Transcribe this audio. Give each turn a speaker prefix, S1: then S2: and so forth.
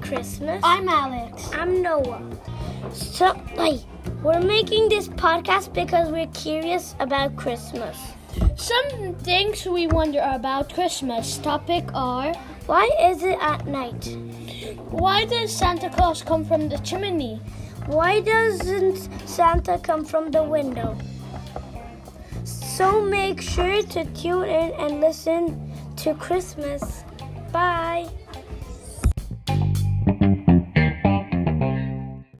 S1: Christmas.
S2: I'm Alex.
S1: I'm Noah. So, like, we're making this podcast because we're curious about Christmas.
S2: Some things we wonder about Christmas topic are
S1: Why is it at night?
S2: why does Santa Claus come from the chimney?
S1: Why doesn't Santa come from the window? So make sure to tune in and listen to Christmas. Bye.